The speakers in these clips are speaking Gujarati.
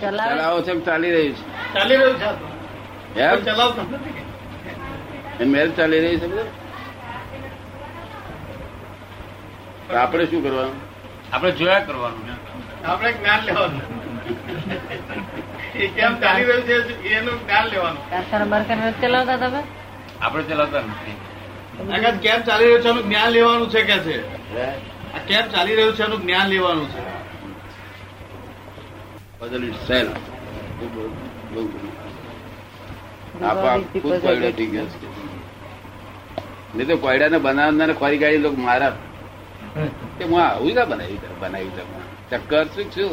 ચલાવે ચલાવો છે એમ ચાલી રહ્યું છે ચાલી રહ્યું છે આ તો. એમ કોઈ ચલાવતો નથી એમ મેરેજ ચાલી રહી છે બધું? તો આપણે શું કરવાનું આપણે જોયા કરવાનું આપણે જ્ઞાન લેવાનું એ કેમ ચાલી રહ્યું છે એનું જ્ઞાન લેવાનું કારખાના બારખાના ચલાવતા તમે આપણે ચલાવતા નથી આગળ કેમ ચાલી રહ્યું છે એનું જ્ઞાન લેવાનું છે કે છે હે? આ કેમ ચાલી રહ્યું છે એનું જ્ઞાન લેવાનું છે Puzzle itself. બહુ- બહુ- બહુ ગમ્યું. આપોઆપ ગુરુવારથી ખુદ કોયડો થઈ ગયો છે. નહીં તો કોયડાને બનાવનાર ખોરી ગાડી લોકો મારા કે હું આવું ના બનાવી દઉં, બનાવી દઉં. ચક્કર શું છું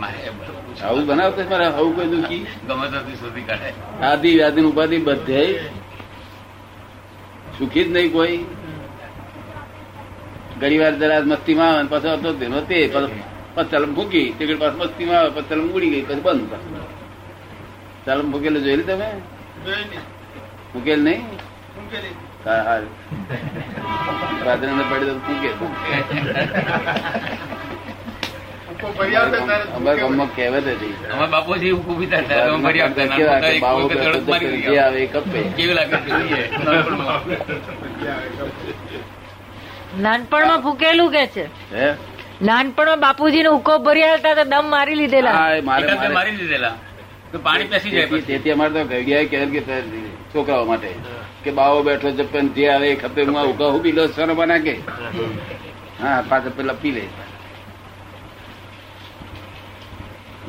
મારે બધું આવું બનાવતો મારે આવું કોઈ દુઃખી ગમે ત્યાંથી શોધી કાઢે આદિ વ્યાધિ ઉપાધિ બધે સુખી જ નહીં કોઈ ઘણી વાર જરા મસ્તીમાં આવે ને પાછો હતો તેનો તે પછી તલમ ફૂકી તે પાછ મસ્તીમાં આવે પછી તલમ ઉડી ગઈ પછી બંધ તલમ ફૂકેલું જોયેલી તમે જોઈ નહીં. ફૂકેલ નહીં શું કરી? હા હા રાત્રે ને પડે તો ફૂકે આખો ફરિયાદ છે તારે શું અમારા કહેવાય? ગામમાં કહેવત હતી અમારા બાપુજી ઊભી થાય અમે ફરી આપતા ના કેવા કે પોતા બાવો એક વખત કરતો તડપ મારી જે ગયા. આવે એ કપે કેવી લાગે છે? જોઈએ. નાનપણમાં ફૂકેલું કે છે હે નાનપણમાં બાપુજીને ઉકો ભર્યા હતા તો દમ મારી લીધેલા હા, એ મારે એકાંતે મારે મારી દીધેલા તો પાણી પેસી જાય તેથી પછી તેથી અમારે તો ઘડિયાએ કહેવાય કે સર, છોકરાઓ માટે કે બાવો બેઠો જપ્પન જે આવે એ ખપે હું આ ઉકા ઉભી લો સર બના કે હા પાછા પેલા પી લે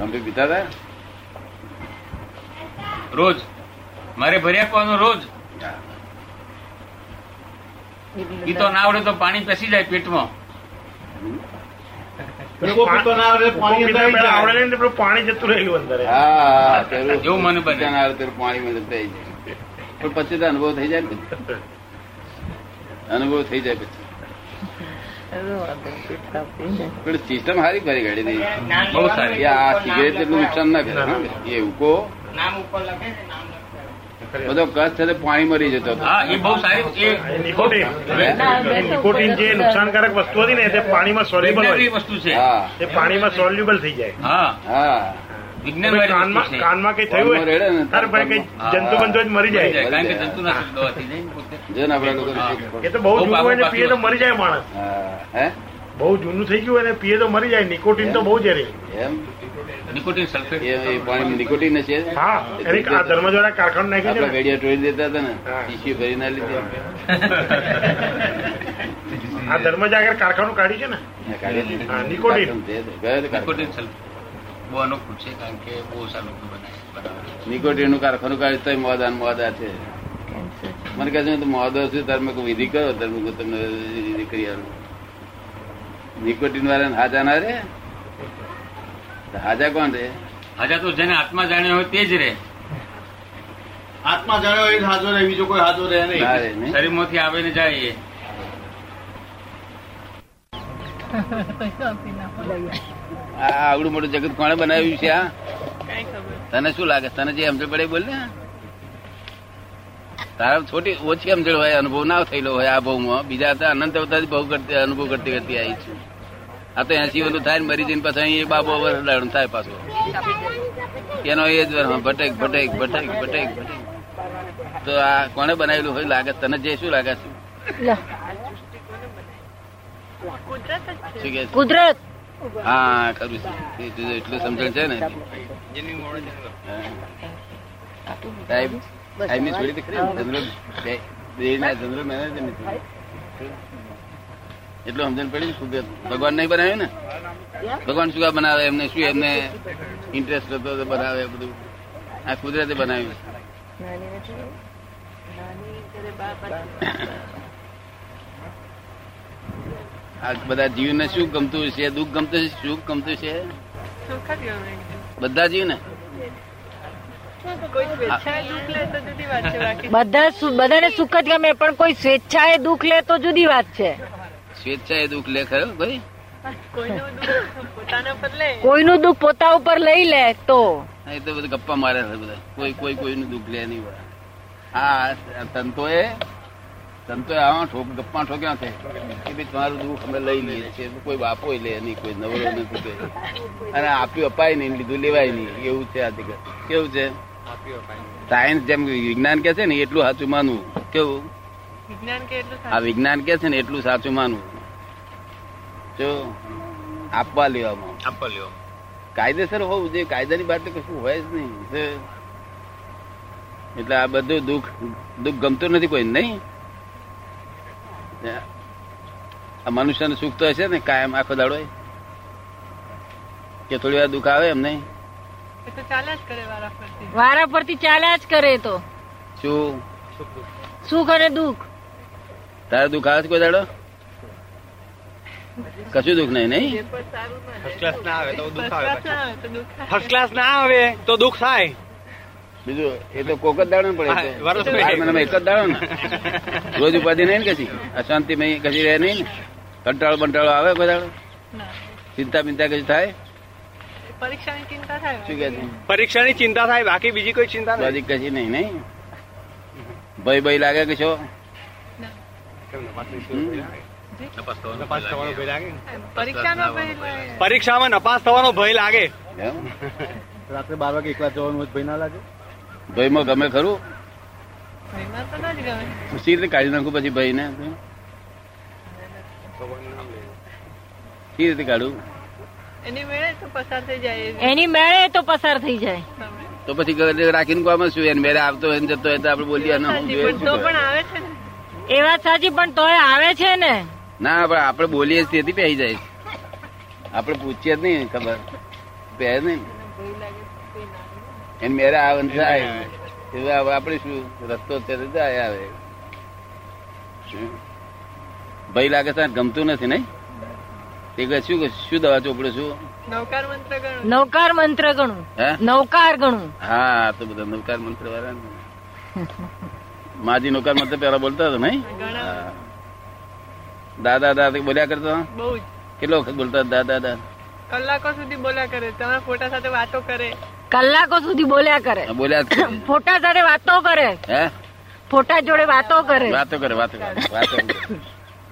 તમે પીતા હતા રોજ મારે ભરી આપવાનું રોજ ઈ તો ના આવડે તો પાણી પેસી જાય પેટમાં લોકો પીતો ના આવડે, પાણી અંદર આવી જાય. આવડે ને પેલું પાણી જતું રહેલું અંદર હા તેરું- એવું મને બને. ત્યાં આવે ત્યારે પાણી મને થઈ જાય પણ પછી તો અનુભવ થઈ જાય ને અનુભવ થઈ જાય પછી પણ સિસ્ટમ સારી કરી ઘડી નહીં બહુ સારી કે આ સિગરેટ એટલું નુકસાન ના કરે હા? એ ઉકો બધો કચ્છ સાથે પાણી મરી જતો હતો હા એ બહુ સારી એ એ નિકોટીન ના, નિકોટીન જે નુકસાનકારક વસ્તુ હતી ને તે પાણીમાં સોલ્યુબલ વિજ્ઞાનવાળી હોય વસ્તુ છે હા તે પાણીમાં સોલ્યુબલ થઈ જાય હા હા વિજ્ઞાનવાળી વસ્તુ કાનમાં છે કાનમાં કઈ થયું કાનમાં રેડે ને હોય તારે ભાઈ કઈ કાનમાં. જંતુ બંધુ જ મરી મરી જાય જાય. કારણ કે જંતુનાશક દવાથી જાય ને પોતે. જો ને આપણા લોકોને હા. શીખ એ પડે. તો બહુ બહુ જૂનું હોય ને પાકું પીએ તો પાકું મરી જાય માણસ હા હે બહુ જૂનું થઈ ગયું હોય ને પીએ તો મરી જાય નિકોટીન તો બહુ ઝેરી એમ નિકોટીન સલ્ફેટ એ- એ પાણી નિકોટીન છે હા એની આ ધર્મદ્વારા કારખાનું આપડા નાખ્યું છે ને વેડિયા ટોળી દેતા હતા ને હા. શીશી ભરી ના લીધી આ ધર્મજ આગળ કારખાનું કાઢ્યું છે ને હા, નિકોટીન. નિકોટીન સલ્ફેટ બહુ અનોખું છે કારણ કે બહુ સારું બનાવે બનાવે છે. નિકોટીન નું કારખાનું કાઢ્યું તોય મોદા ને મોદા છે મને કહે છે હું તો મોદો છું તારે મેં કહ્યું વિધિ કરો તારે મેં કહ્યું તમને વિધિ કરી આવું નિકોટીન વાળાને હાજા ના રે તો હાજા કોણ રે હાજા તો જેને આત્મા જાણ્યો હોય તે જ રહે આત્મા જાણ્યો એ જ હાજર રહે બીજો કોઈ હાજર રહે ના નહીં રે ને શરીરમાંથી આવે ને જાય એ આ આવડું મોટું જગત કોણે બનાવ્યું છે આ તને શું લાગે તને જે સમજણ પડે એ બોલ ને તારા છોટી ઓછી સમજણ હોય અનુભવ ના થયેલો હોય આ ભાવમાં બીજા તો અનંત અવતારથી ભાવ કરતી અનુભવ કરતી કરતી આવી છે આ તો એસી ઓલું થાય ને મરી જઈને પછી અહીં એ બાબો વરડાણ થાય પાછો એનો એ જ વરહ, ભટેક ભટેક ભટેક ભટેક ભટેક તો આ કોણે બનાવેલું હોય લાગે તને જે શું લાગે છે શું કે છે? કુદરત હા ખરું છે એ તો એટલું સમજણ છે ને હા. સાહેબ સાહેબની છોડી તો ખરી ને, જનરલ બે- બેયના જનરલ મેનેજરની છોડી. એટલું સમજણ પડી ને કુદરત ભગવાન નહીં બનાવ્યું ને ભગવાન શું કામ બનાવે એમને શું એમને ઇન્ટરેસ્ટ હતો તો બનાવે બધું આ કુદરતે બનાવ્યું આ બધા જીવને શું ગમતું છે દુઃખ ગમતું છે સુખ ગમતું છે બધા જીવને બધા સુ- બધાને સુખ જ ગમે પણ કોઈ સ્વેચ્છાએ દુઃખ લે તો જુદી વાત છે સ્વેચ્છાએ દુઃખ લે ખરો કોઈ કોઈનું દુઃખ પોતા ઉપર લઈ લે તો હા, એ તો બધું ગપ્પા મારે છે બધા કોઈ કોઈ કોઈનું દુઃખ લે નહીં વાળા. આ સંતોએ સંતો આવા ઠોક ગપ્પા ઠોક્યા છે કે ભાઈ તમારું દુઃખ અમે લઈ લઈએ છીએ કોઈ બાપો લે નહીં કોઈ નવરો નથી કોઈ અને આપ્યું અપાય નહીં લીધું લેવાય નહીં એવું છે આ જગત કેવું છે સાયન્સ જેમ વિજ્ઞાન કે છે ને એટલું સાચું માનવું કેવું આ વિજ્ઞાન કે છે ને એટલું સાચું માનવું જો આપવા લેવામાં આપવા લ્યો કાયદેસર હોવું જોઈએ કાયદાની બહાર તો કશું હોય જ નહીં જે- એટલે આ બધું દુઃખ દુઃખ ગમતું નથી કોઈ નહીં આ મનુષ્યને સુખ તો હશે ને કાયમ આખો દાડો કે થોડી વાર દુઃખ આવે એમ નહીં વારા પરથી ચાલ્યા જ કરે એ તો શું સુખ અને દુઃખ તારે દુઃખ આવે છે કોઈ દાડો કશું દુઃખ નહીં નહીં ફર્સ્ટ ક્લાસ ના આવે તો દુઃખ થાય બીજું એ તો કોક જ દાડો ને પડે હા, વારો તો આ મહિનામાં એક જ દાડો ને રોજ ઉપાધિ નહીં ને કશી અશાંતિ નહીં કશી રહે નહીં ને કંટાળો બંટાળો આવે કોઈ દાડો ચિંતા બિંતા કશું થાય શું કે છે પરીક્ષાની ચિંતા થાય બાકી બીજી કોઈ ચિંતા નથી લોજિક કશી નહીં નહીં ભય ભય લાગે કે છો તપાસ થવાનો તપાસ થવાનો ભય લાગે ને? પરીક્ષાનો ભય પરીક્ષામાં નપાસ થવાનો ભય લાગે એમ? રાત્રે બાર વાગે એકલા જવાનું ભાઈ ના લાગે ભયમાં ગમે ખરું સી રીતે કાઢી નાખું પછી ભાઈ ને સી રીતે કાઢું એની મેળે એ તો પસાર થઈ જાય તો પછી ઘરે રાખીને કોમ શું એને મેરે આવતો હોય ને જતો હોય તો આપડે બોલીએ ના હું જોઈએ શું કરે? એ વાત સાચી પણ તોય આવે છે ને ના પણ આપડે બોલીએ જ તેથી પહેરી જાય આપડે પૂછીએ જ નહીં ખબર પહેરે નહીં એને મેરે આવે ને જાય એવું હવે આપડે શું રસ્તો છે તો જાય આવે શું? ભય લાગે છે આ ગમતું નથી નહીં તે કહે શું શું દવા ચોપડું શું નૌકાર મંત્ર ગણું હે નૌકાર ગણું હા આ તો બધા નવકાર મંત્ર વાળા ને માજી નવકાર મંત્ર પેલા બોલતા હતા નહીં હા. દાદા દાદા બોલ્યા કરતા હતા? બહુ જ કેટલો વખત બોલતા હતા દાદા દાદા કલાકો સુધી બોલ્યા કરે તમારા ફોટા સાથે વાતો કરે કલાકો સુધી બોલ્યા કરે હા, બોલ્યા જ કરે. ફોટા સાથે વાતો કરે હે ફોટા જોડે વાતો કરે વાતો કરે વાતો કરે વાતો કરે.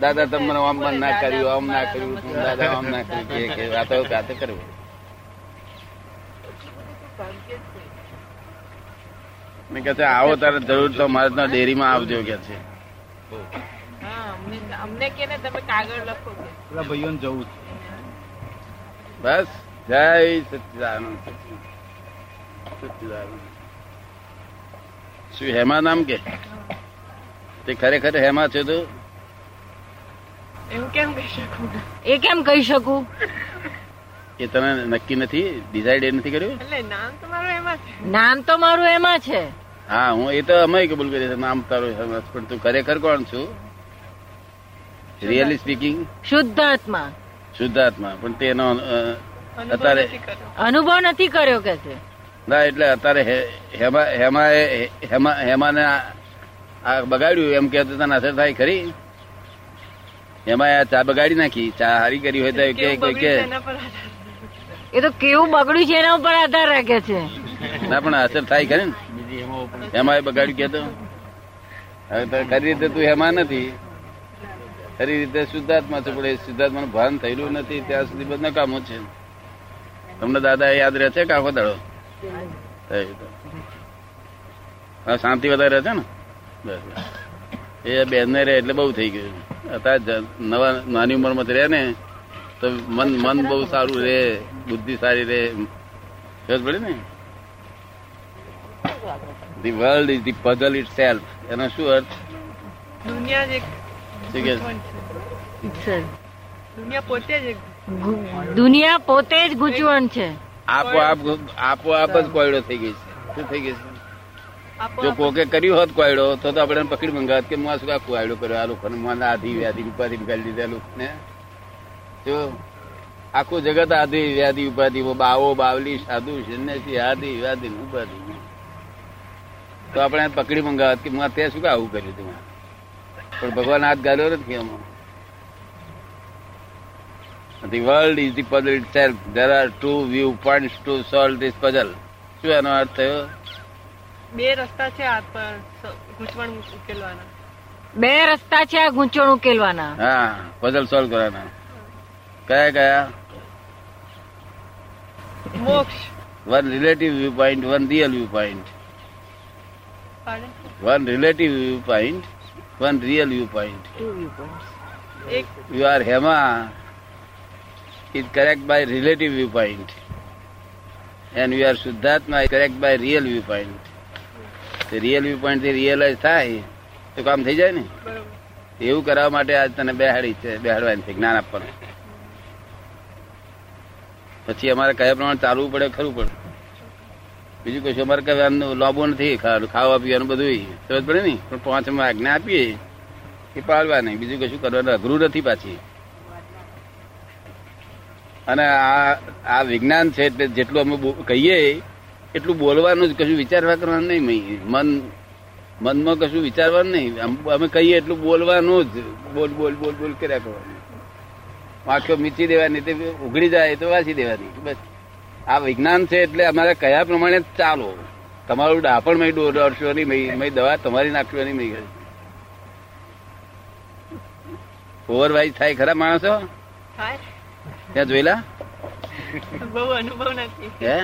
દાદા તમને આમ પણ ના કર્યું આમ ના કર્યું તું દાદા આમ ના કર્યું કે કે વાતો વાતો કરે મેં કહે છે આવો તારે જરૂર તો મારા ડેરીમાં આવજો કે છે હા અમને- અમને કે ને તમે કાગળ લખો કે પેલા ભાઈઓને જવું છે બસ જય સચિદાનંદ સચ્ચિદાનંદ. શું હેમા નામ કે તે ખરેખર હેમા છે તું એવું કેમ કહી શકું એ કેમ કહી શકું એ તને નક્કી નથી ડિસાઈડ એ નથી કર્યું એટલે નામ તમારું એમાં છે નામ તો મારું એમાં છે હા હું એ તો અમે કબૂલ કરીએ છીએ નામ તારું હેમા છે. પણ તું ખરેખર કોણ છું રિયલી સ્પીકિંગ શુદ્ધ આત્મા શુદ્ધાત્મા પણ તેનો અ, અનુભવ અત્યારે- નથી કર્યો. અનુભવ નથી કર્યો કે છે ના એટલે અત્યારે હે- હેમા હેમા હેમા હેમાને આ આ બગાડ્યું એમ કે તને અસર થાય ખરી એમાં આ ચા બગાડી નાખી ચા હારી કરી હોય તો કે- કેવું કે કે બગડ્યું તેના પર આધાર. એ તો કેવું બગડ્યું છે એના ઉપર આધાર રાખે છે ના પણ અસર થાય ખરી ને એમાં એ બગાડ્યું કે તો હવે તો ખરી રીતે તું હેમાં નથી ખરી રીતે શુદ્ધાત્મા છે પણ એ શુદ્ધાત્માનું ભાન થયેલું નથી ત્યાં સુધી બધા કામો છે તમને દાદા એ યાદ રહે છે કે આખો દાડો થયું તો. હવે શાંતિ વધારે રહે છે ને બસ બસ. એ બેનને રહે એટલે બહુ થઈ ગયું અત્યારે જ નવા નાની ઉંમરમાં જ રહે ને તો મન મન બહુ સારું રહે બુદ્ધિ સારી રહે ખબર પડી ને the world is the puzzle itself એનો શું અર્થ દુનિયા જ એક શું કે ગુંચવણ છે. સર, દુનિયા પોતે જ એક ગુ- દુનિયા પોતે જ ગૂંચવણ છે આપોઆપ આપોઆપ જ કોયડો થઈ ગઈ છે શું થઈ ગઈ છે જો આપોઆપ કોકે કર્યું હોત કોયડો તો તો આપણે એને પકડી મંગાવત કે હું આ શું આ કોયડો કર્યો આ લોકોને મને આધી વ્યાધી ઉપાધિ કરી દીધા લોકોને જો આખું જગત આધી વ્યાધિ ઉપાધિ બાવો બાવલી સાધુ સન્યાસી આધી વ્યાધિ ને ઉપાધિ તો આપણે એને પકડી મંગાવત કે હું આ તે શું કે આવું કર્યું તું પણ ભગવાન હાથ ગાલ્યો નથી એમાં The world is the puzzle itself. There are two viewpoints to solve this puzzle. શું એનો અર્થ થયો બે રસ્તા છે હાથ પર સ- ગૂંચવણ ઉકેલવાના બે રસ્તા છે આ ગૂંચવણ ઉકેલવાના હા પઝલ સોલ્વ કરવાના કયા કયા મોક્ષ one relative viewpoint one real viewpoint one relative viewpoint one real viewpoint Two viewpoints. એક you are Hema is correct by relative viewpoint and you are શુદ્ધાત્મા correct by real viewpoint real viewpoint થી રિયલાઇઝ થાય તો કામ થઈ જાય ને એવું કરાવવા માટે આજ તને બેહાડી છે બેહાડવાની છે જ્ઞાન આપવાનું પછી અમારે કયા પ્રમાણે ચાલવું પડે ખરું પડે બીજું કશું અમારે કહેવાનું લોબો નથી ખાવાનું ખાવા પીવાનું બધું સમજ પડે ને પણ પાંચમાં આજ્ઞા આપીએ એ પાળવા નહીં બીજું કશું કરવાનું અઘરું નથી પાછી અને આ આ વિજ્ઞાન છે એટલે જેટલું અમે બો- કહીએ એટલું બોલવાનું જ કશું વિચારવા કરવાનું નહીં મહી. મન મનમાં કશું વિચારવાનું નહીં અમ- અમે કહીએ એટલું બોલવાનું જ બોલ બોલ બોલ બોલ કર્યા કરવાનું વાંખો મીચી દેવાની તે ઉઘડી જાય તો વાંચી દેવાની બસ આ વિજ્ઞાન છે એટલે અમારે કયા પ્રમાણે ચાલો તમારું ડાપણ મય દોડશો નહીં મય- મય દવા તમારી નાખશો નહીં મય ઓવરવાઇઝ થાય ખરા માણસો થાય ત્યાં જોયેલા બહુ અનુભવ નથી હે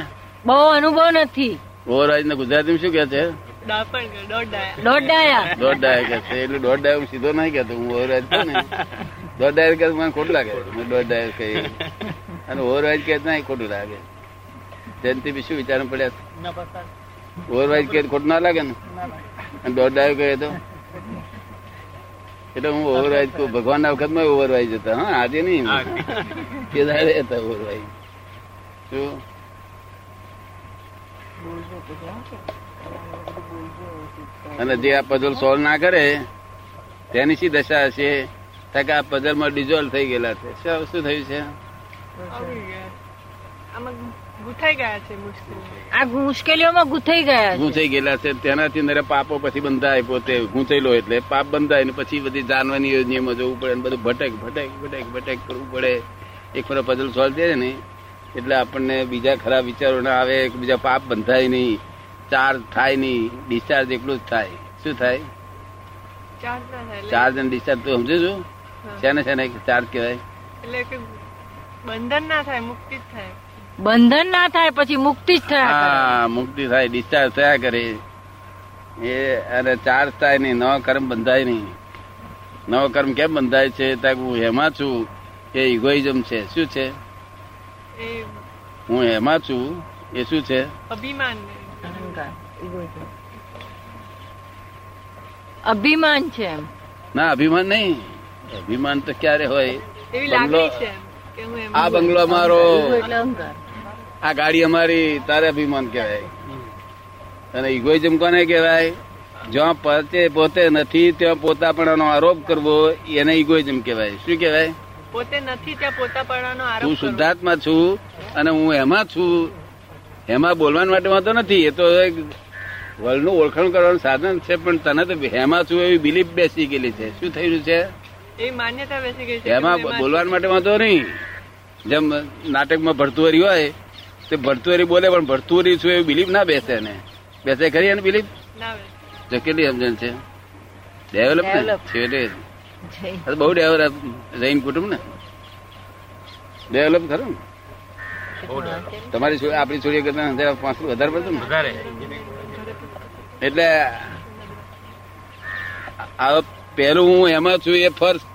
બહુ અનુભવ નથી ઓવરવાઇઝ ને ગુજરાતીમાં શું કે છે દાપણ કર દોઢ ડાયા દોઢ ડાયા દોઢ ડાયર કે છે એટલે દોઢ ડાયર હું સીધો નહીં કહેતો હું ઓવરવાઇઝ કહું ને દોઢ ડાયર કે મને ખોટું લાગે મેં દોઢ ડાયર કહી અને ઓવરવાઇઝ કે નહીં ખોટું લાગે જયંતિ બી શું વિચારવું પડ્યા ઓવરવાઇઝ કે ખોટું ના લાગે ને અને દોઢ ડાયર કહે તો એટલે હું ઓવરવાઇઝ કહું ભગવાનના વખતમાં ઓવરવાઇઝ હતા હા આજે નહીં તે દાડે હતા ઓવરવાઇઝ શું અને જે આ પઝલ સોલ્વ ના કરે તેની શી દશા હશે થાય કે આ પઝલ માં ડિઝોલ્વ થઈ ગયેલા છે શું શું થયું છે આવી ગયા આમાં ગુઠાઈ ગયા છે મુશ્કેલી આ મુશ્કેલીઓમાં ગૂંથાઈ ગયા છે ગૂંચાઈ ગયેલા છે તેનાથી નરે પાપો પછી બંધાય પોતે ગૂંચાયેલો એટલે પાપ બંધાય ને પછી બધી જાનવાની યોજનામાં જવું પડે ને બધું ભટક ભટક ભટક ભટક કરવું પડે એક ફરો પઝલ સોલ્વ થઈ જાય ને એટલે આપણને બીજા ખરાબ વિચારો ના આવે બીજા પાપ બંધાય નહીં ચાર્જ થાય નહીં ડિસ્ચાર્જ એટલું જ થાય શું થાય ચાર્જ ના થાય એટલે- ચાર્જ અને ડિસ્ચાર્જ તું સમજુ છું હા. શેને શેને ચાર્જ કહેવાય એટલે કે બંધન ના થાય મુક્તિ જ થાય બંધન ના થાય પછી મુક્તિ જ થયા કરે. હા મુક્તિ થાય ડિસ્ચાર્જ થયા કરે એ અને ચાર્જ થાય નહીં નવો કર્મ બંધાય નહીં નવો કર્મ કેમ બંધાય છે ત્યાં હું હેમાં છું એ ઇગોઇઝમ છે શું છે એ હું હેમાં છું એ શું છે અભિમાન નહીં. અભિમાન છે એમ ના અભિમાન નહીં અભિમાન તો ક્યારે હોય એવી બંગલો- લાગણી છે એમ કે હું એમ આ બંગલો અમારો ઈગો એટલે અહંકાર. આ ગાડી અમારી તારે અભિમાન કહેવાય અને ઇગોઇઝમ કોને કહેવાય જ્યાં પોતે પોતે નથી ત્યાં પોતાપણાનો આરોપ કરવો એને ઇગોઇઝમ કહેવાય શું કહેવાય પોતે નથી ત્યાં પોતાપણાનો આરોપ હું કરવો. શુદ્ધાત્મા છું અને હું એમાં છું એમાં બોલવા માટે વાંધો નથી એ તો એક વર્લ્ડનું ઓળખાણ કરવાનું સાધન છે પણ તને તો હેમાં છું એવી બિલીફ બેસી ગયેલી છે શું થયેલું છે એવી માન્યતા બેસી ગઈ છે કે એમાં હું એમાં- બોલવા માટે વાંધો નહીં જેમ નાટકમાં ભરતુવરી હોય તે ભરતુવરી બોલે પણ ભરતુવરી છું એવી બિલીફ ના બેસે એને બેસે ખરી એને બિલીફ ના બેસ. જો કેટલી સમજણ છે ડેવલપ ને Develop. છેવટે જય. આ તો બહુ ડેવલપ જૈન કુટુંબ ને ડેવલપ ખરું ને તમારી છોડી આપણી છોડી કરતા જરા પાંચલું વધારે પડતું ને વધારે એટલે આ પહેલું હું એમાં છું એ ફર્સ્ટ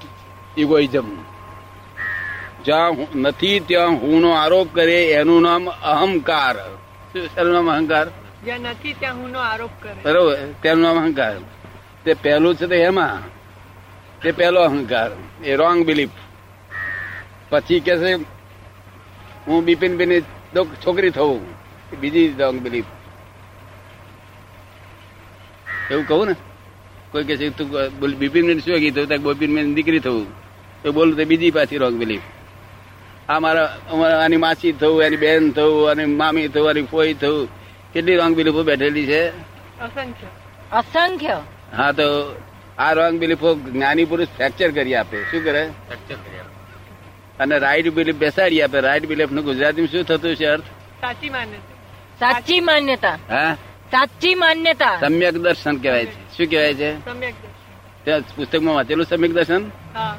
ઇગોઇઝમ જ્યાં હું નથી ત્યાં હું નો આરોપ કરે એનું નામ અહંકાર શું એનું નામ અહંકાર જ્યાં નથી ત્યાં હુંનો આરોપ કરે બરોબર તેનું નામ અહંકાર તે પહેલું છે તે એમાં તે પહેલો અહંકાર એ રોંગ બિલીફ પછી કે છે હું બિપિનબેન છોકરી થવું એ બીજી રોંગ બિલીફ એવું કહું ને કોઈ કે છે તું બોલ બિપિનબેન શું કીધું તો બિપિનબેન દીકરી થવું તો બોલું તો બીજી પાછી રોંગ બિલીફ આ મારા અમારા આની માસી થવું એની બેન થવું અને મામી થવું આની ફોઈ થવું કેટલી રોંગ બિલીફો બેઠેલી છે અસંખ્ય અસંખ્ય હા તો આ રોંગ બિલીફો જ્ઞાની પુરુષ ફ્રેક્ચર કરી આપે શું કરે ફ્રેક્ચર કરી આપે. અને રાઈટ બિલીફ બેસાડી આપે રાઈટ બિલીફ નું ગુજરાતીમાં શું થતું છે અર્થ સાચી માન્યતા સાચી માન્યતા હા સાચી માન્યતા સમ્યક દર્શન કહેવાય છે શું કહેવાય છે સમ્યક દર્શન ત્યાં પુસ્તકમાં વાંચેલું સમ્યક દર્શન હા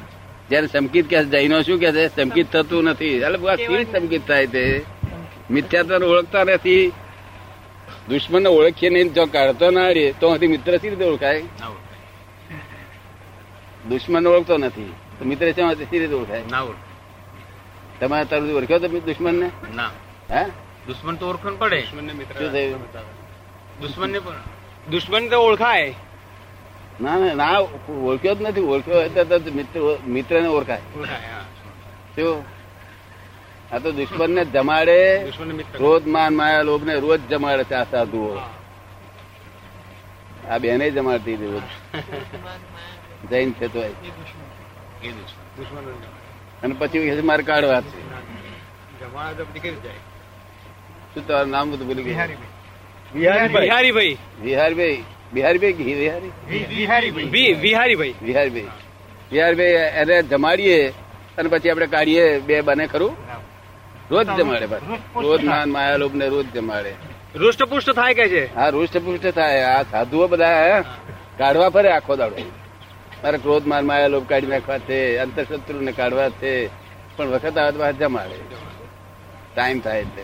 જયારે સંકિત કે જૈનો શું કે છે સંકિત થતું નથી એટલે આ કેવી કહેવાનું. સંકિત થાય તે મિથ્યાત્વ ઓળખતા નથી દુશ્મનને ઓળખીએ નહીં જો કાઢતો ના રે તો હજી મિત્ર સી રીતે ઓળખાય ના ઓળખાય દુશ્મન ઓળખતો નથી તો મિત્ર શા માટે સી રીતે ઓળખાય ના ઓળખાય તમારે તારું ઓળખ્યો તમે દુશ્મન ને ના હા દુશ્મન તો ઓળખણ પડે દુશ્મનને શું મિત્ર થયું દુશ્મન ને પણ દુશ્મન તો ઓળખાય ના ના ના ઓળખ્યો જ નથી ઓળખ્યો હોય તો તો મિત્ર મિત્ર ને ઓળખાય ઓળખાય હા શું આ તો દુશ્મન ને જમાડે દુશ્મન મિત્ર ક્રોધ માન માયા લોભ ને રોજ જમાડે છે આ સાધુઓ આ બેને જમાડતી હતી રોજ જૈન છે તોય એ દુશ્મન દુશ્મન અને પછી કહે છે, મારે કાઢવા છે જમાડે તો નીકળી જાય શું તમારું નામ બધું ભૂલી ગયું બિહારી વિહારીભાઈ વિહારભાઈ બિહારભાઈ કે વિહારી વિ- વિહારીભાઈ વિહારભાઈ વિહારભાઈ એને જમાડીએ અને પછી આપણે કાઢીએ બે બને ખરું રોજ જમાડે પાછું. રોજ માન માયા લોભ ને રોજ જમાડે હૃષ્ટપુષ્ટ થાય કે છે આ રૂષ્ટ પુષ્ટ થાય આ સાધુઓ બધા હે, કાઢવા ફરે આખો દાડો મારે ક્રોધ માર માયા લોભ કાઢી નાખવા છે અંતરશત્રુ ને કાઢવા છે પણ વખત આવે તો પાછા જમાડે ટાઈમ થાય એટલે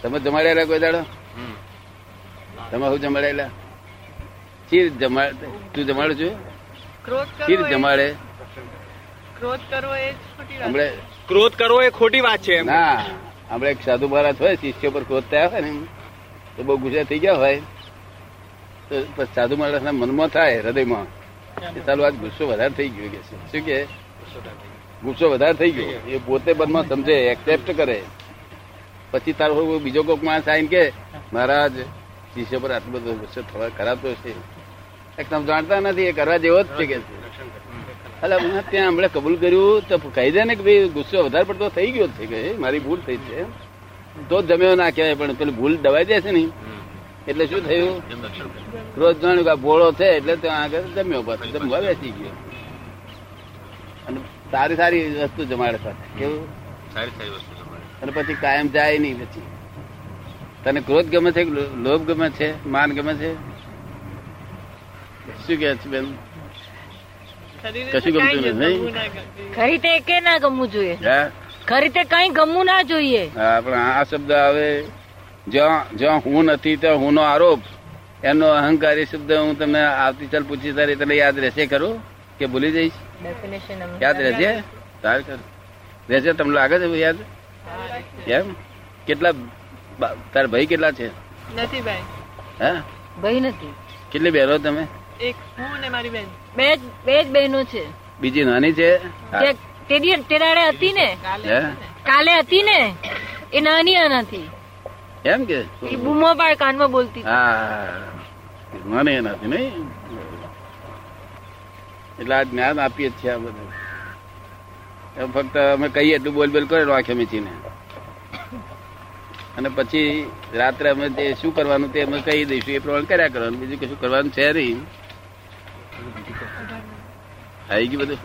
તમે જમાડેલા કોઈ દાડો હમ. તમે હું જમાડેલા ચીર જમા તું જમાડું છું ક્રોધ ચીર કરવો એ- જમાડે ક્રોધ કરવો એ જ ખોટી વાત હમણે ક્રોધ કરવો એ ખોટી વાત છે એમ ના આપણે એક સાધુ મહારાજ હોય શિષ્ય પર ક્રોધ થયા હોય ને એમ, તો બહુ ગુસ્સે થઈ ગયા હોય તો પછી સાધુ મહારાજના મનમાં થાય હૃદયમાં કે ચાલો આજ ગુસ્સો વધારે થઈ ગયો કે છે. શું કે ગુસ્સો વધારે થઈ ગયો એ પોતે મનમાં સમજે એક્સેપ્ટ કરે પછી તારો કોઈ બીજો કોઈક માણસ આવીને કે મહારાજ શિષ્ય પર આટલો બધો ગુસ્સો થવા કરાતો છે એ તમે જાણતા નથી એ કરવા જેવો જ છે કે છે એટલે હું ત્યાં હમણાં કબૂલ કર્યું તો કહી દે ને કે ભાઈ ગુસ્સો વધારે પડતો થઈ ગયો છે કે એ મારી ભૂલ થઈ છે તો જ જમ્યો ના કહેવાય પણ પેલી ભૂલ દબાઈ જાય છે ને એટલે શું થયું રોજ જાણ્યું કે આ ભોળો છે એટલે ત્યાં આગળ જમ્યો પાછો જમવા બેસી ગયો અને સારી સારી વસ્તુ જમાડે સાથે કેવું સારી સારી વસ્તુ તમારે અને પછી કાયમ જાય નહીં પછી તને ક્રોધ ગમે છે કે લો- લોભ ગમે છે માન ગમે છે શું કહે છે બેન શરીરે કશું તો ગમતું કાંઈ જ નથી. ગમવું ના ગમતું. ખરી તે એકે ના ગમવું જોઈએ હા ખરી તે કઈ ગમવું ના જોઈએ હા પણ આ શબ્દ આવે જ્યાં જ્યાં હું નથી ત્યાં હુંનો આરોપ એનો અહંકારી શબ્દ હું તમને આવતીકાલ પૂછી તારી તને યાદ રહેશે ખરું કે ભૂલી જઈશ ડેફિનેશન યાદ રહેશે તાર કર રહેશે તમને લાગે છે યાદ એમ કેટલા બા- તારા ભાઈ કેટલા છે નથી બેન હે ભાઈ નથી કેટલી બહેનો તમે એક હું ને મારી બેન બે જ બે જ બહેનો છે બીજી નાની છે હા. તે- તે દી- તે દાડે હતી ને કાલે હે? કાલે હતી ને એ નાની નથી એમ કે એ બૂમો પાડ કાનમાં બોલતી હતી. હા નાની નથી નહીં એટલે આ જ્ઞાન આપીએ જ છીએ આ બધું એમ ફક્ત અમે કહીએ એટલું બોલ બોલ કરે આંખે મીચીને અને પછી રાત્રે અમે જે શું કરવાનું તે અમે કહી દઈશું એ પ્રમાણે કર્યા કરવાનું બીજું કશું કરવાનું છે નહીં આવી ગયું બધું